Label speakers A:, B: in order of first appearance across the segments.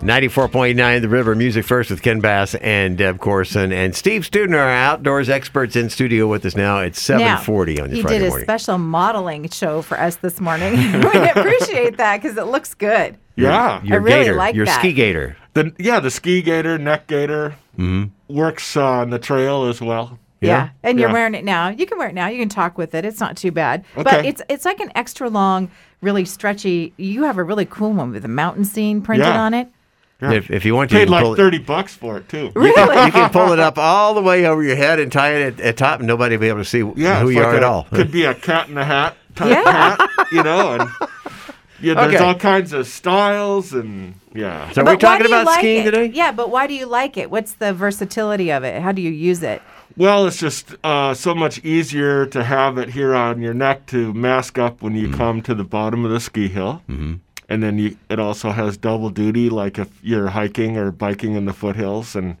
A: 94.9 The River Music First with Ken Bass and Deb Corson and Steve Student, our outdoors experts in studio with us now. It's 740
B: Now,
A: on
B: he
A: your Friday
B: did a
A: morning.
B: special modeling show for us this morning. we appreciate that because it looks good.
A: Your-
C: Yeah.
A: Your
B: I really
A: gator,
B: like
A: your
B: that.
A: ski gator.
C: The yeah, the ski gator, neck gator
A: Mm-hmm.
C: works uh, on the trail as well.
B: Yeah. And you're
C: Yeah.
B: wearing it now. You can wear it now. You can talk with it. It's not too bad. But
C: Okay.
B: it's it's like an extra long, really stretchy. You have a really cool one with a mountain scene printed
C: Yeah.
B: on it.
A: If, if you want to, you
C: Paid
A: can,
C: like
A: pull it,
C: thirty bucks for it too.
B: Really?
A: you can pull it up all the way over your head and tie it at, at top, and nobody will be able to see
C: Yeah,
A: who
C: it's
A: you
C: like
A: are
C: a-
A: at all.
C: Could be a cat in a hat type
B: Yeah.
C: hat, you know, and yeah, there's
A: Okay.
C: all kinds of styles and yeah.
A: So are
B: But
A: we
B: why
A: talking
B: do you
A: about
B: like
A: skiing
B: it?
A: today?
B: Yeah, but why do you like it? What's the versatility of it? How do you use it?
C: Well, it's just uh, so much easier to have it here on your neck to mask up when you come to the bottom of the ski hill. Mm-hmm. And then you, it also has double duty, like if you're hiking or biking in the foothills. And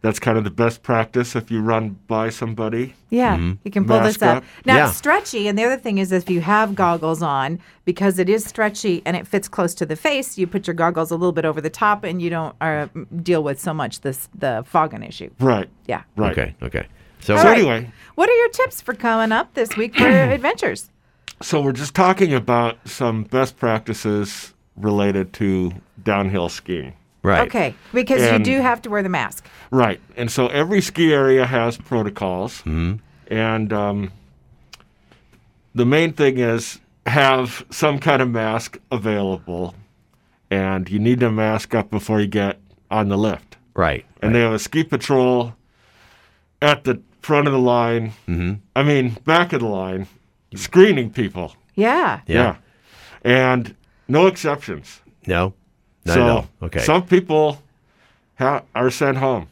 C: that's kind of the best practice if you run by somebody.
B: Yeah, you can pull this
C: Mask
B: up.
C: up.
B: Now
A: Mm-hmm. Yeah.
B: it's stretchy, and the other thing is if you have goggles on, because it is stretchy and it fits close to the face, you put your goggles a little bit over the top, and you don't uh, deal with so much this the fogging issue.
C: Right.
B: Yeah.
C: Right.
A: Okay, okay.
C: So,
A: So,
B: All right.
C: anyway,
B: What are your tips for coming up this week for your adventures?
C: so we're just talking about some best practices related to downhill skiing.
A: right.
B: Okay, because
C: And-
B: you do have to wear the mask.
C: Right. And so every ski area has protocols. And um, the main thing is have some kind of mask available. And you need to mask up before you get on the lift.
A: Right.
C: And they have a ski patrol at the front of the line. Mm-hmm. I mean, back of the line, screening people.
B: Yeah.
A: Yeah.
C: Yeah. And no exceptions.
A: No? Not
C: so
A: at all. Okay.
C: some people ha- are sent home.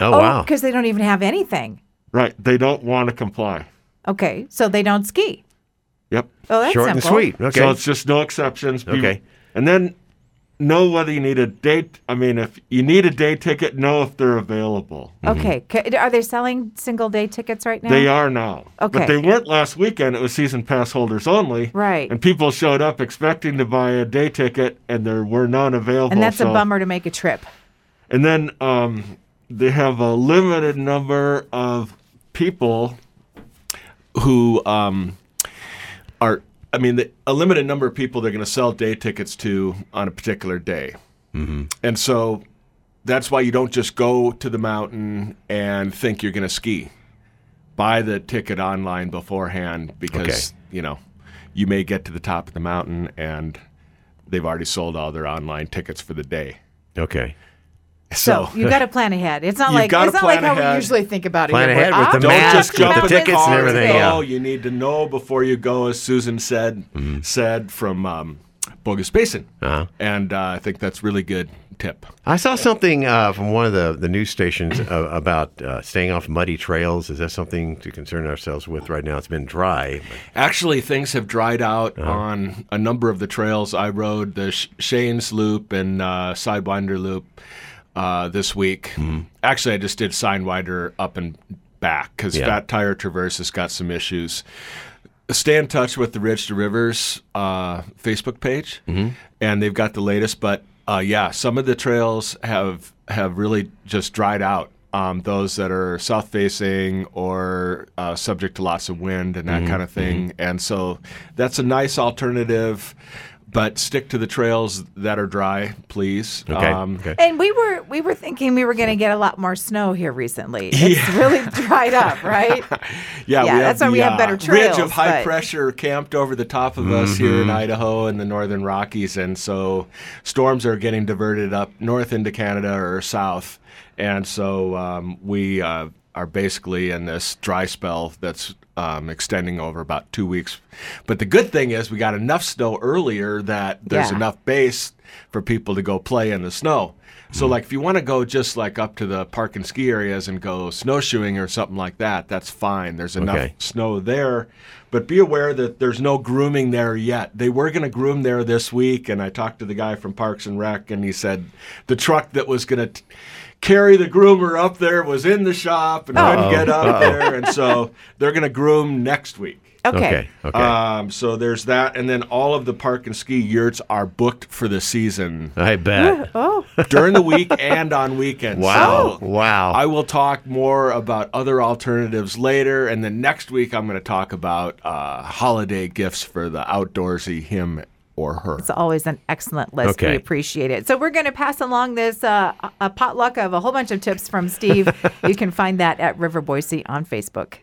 A: oh,
B: Oh,
A: wow.
B: because they don't even have anything.
C: Right. They don't want to comply.
B: Okay, so they don't ski.
C: Yep.
B: Oh, that's
A: Short
B: simple.
A: and sweet. Okay.
C: So it's just no exceptions. Be-
A: Okay.
C: And then know whether you need a date. I mean, if you need a day ticket, know if they're available.
A: Mm-hmm.
B: Okay, c- are they selling single day tickets right now?
C: They are now.
B: Okay.
C: But they weren't last weekend. It was season pass holders only.
B: Right.
C: And people showed up expecting to buy a day ticket, and there were none available.
B: and that's a
C: so-
B: bummer to make a trip.
C: And then um, they have a limited number of people who um, are, I mean, the, a limited number of people they're going to sell day tickets to on a particular day. And so that's why you don't just go to the mountain and think you're going to ski. Buy the ticket online beforehand because,
A: Okay.
C: you know, you may get to the top of the mountain and they've already sold all their online tickets for the day.
A: okay.
B: So, you got to plan ahead. It's not
C: You've
B: like
C: gotta
B: it's not like
C: plan
B: how we
C: ahead.
B: usually think about it.
A: Plan
B: We're like,
A: ahead with
B: "Ah,
A: the
B: I'm
A: mask,
B: just
A: with the
B: jumping in
A: tickets and
B: car
A: everything,
B: today."
A: yeah.
D: No, you need to know before you go, as Susan said said from um, Bogus Basin,
A: Mm-hmm. Uh-huh.
D: and uh, I think that's really good tip.
A: I saw something uh, from one of the, the news stations uh, about uh, staying off muddy trails. Is that something to concern ourselves with right now? It's been dry. but-
D: Actually, things have dried out
A: Uh-huh.
D: on a number of the trails I rode, the Sh- Shane's Loop and uh, Sidewinder Loop uh, this week.
A: Mm-hmm.
D: Actually, I just did Sidewinder up and back because
A: Yeah.
D: Fat Tire Traverse has got some issues. Stay in touch with the Ridge to Rivers uh, Facebook page, and they've got the latest. But uh, yeah, some of the trails have have really just dried out. Um, those that are south facing or uh, subject to lots of wind and that kind of thing, and so that's a nice alternative. But stick to the trails that are dry, please. Um,
A: Okay.
C: Um,
A: okay.
B: And we were we were thinking we were going to get a lot more snow here recently. It's really dried up, right? Yeah,
D: Yeah, we
B: that's
D: have
B: why we
D: the,
B: have
D: uh,
B: better trails,
D: Ridge of high
B: but-
D: pressure camped over the top of us here in Idaho and the northern Rockies, and so storms are getting diverted up north into Canada or south, and so um, we uh, are basically in this dry spell that's. Um, extending over about two weeks, but the good thing is we got enough snow earlier that there's
B: Yeah.
D: enough base for people to go play in the snow. So, like, if you want to go just like up to the park and ski areas and go snowshoeing or something like that, that's fine. There's enough
A: Okay.
D: snow there, but be aware that there's no grooming there yet. They were going to groom there this week, and I talked to the guy from Parks and Rec, and he said the truck that was going to carry the groomer up there was in the shop and couldn't get up there, and so they're going to groom next week.
B: Okay. Uh,
A: Okay. Okay.
D: Um, so there's that, and then all of the park and ski yurts are booked for the season
A: I bet.
B: Oh,
D: during the week and on weekends.
A: Wow.
D: So
A: Wow.
D: I will talk more about other alternatives later, and then next week I'm going to talk about uh, holiday gifts for the outdoorsy him or her.
B: it's always an excellent list.
A: Okay.
B: We appreciate it. So we're going to pass along this uh, a potluck of a whole bunch of tips from Steve. you can find that at River Boise on Facebook.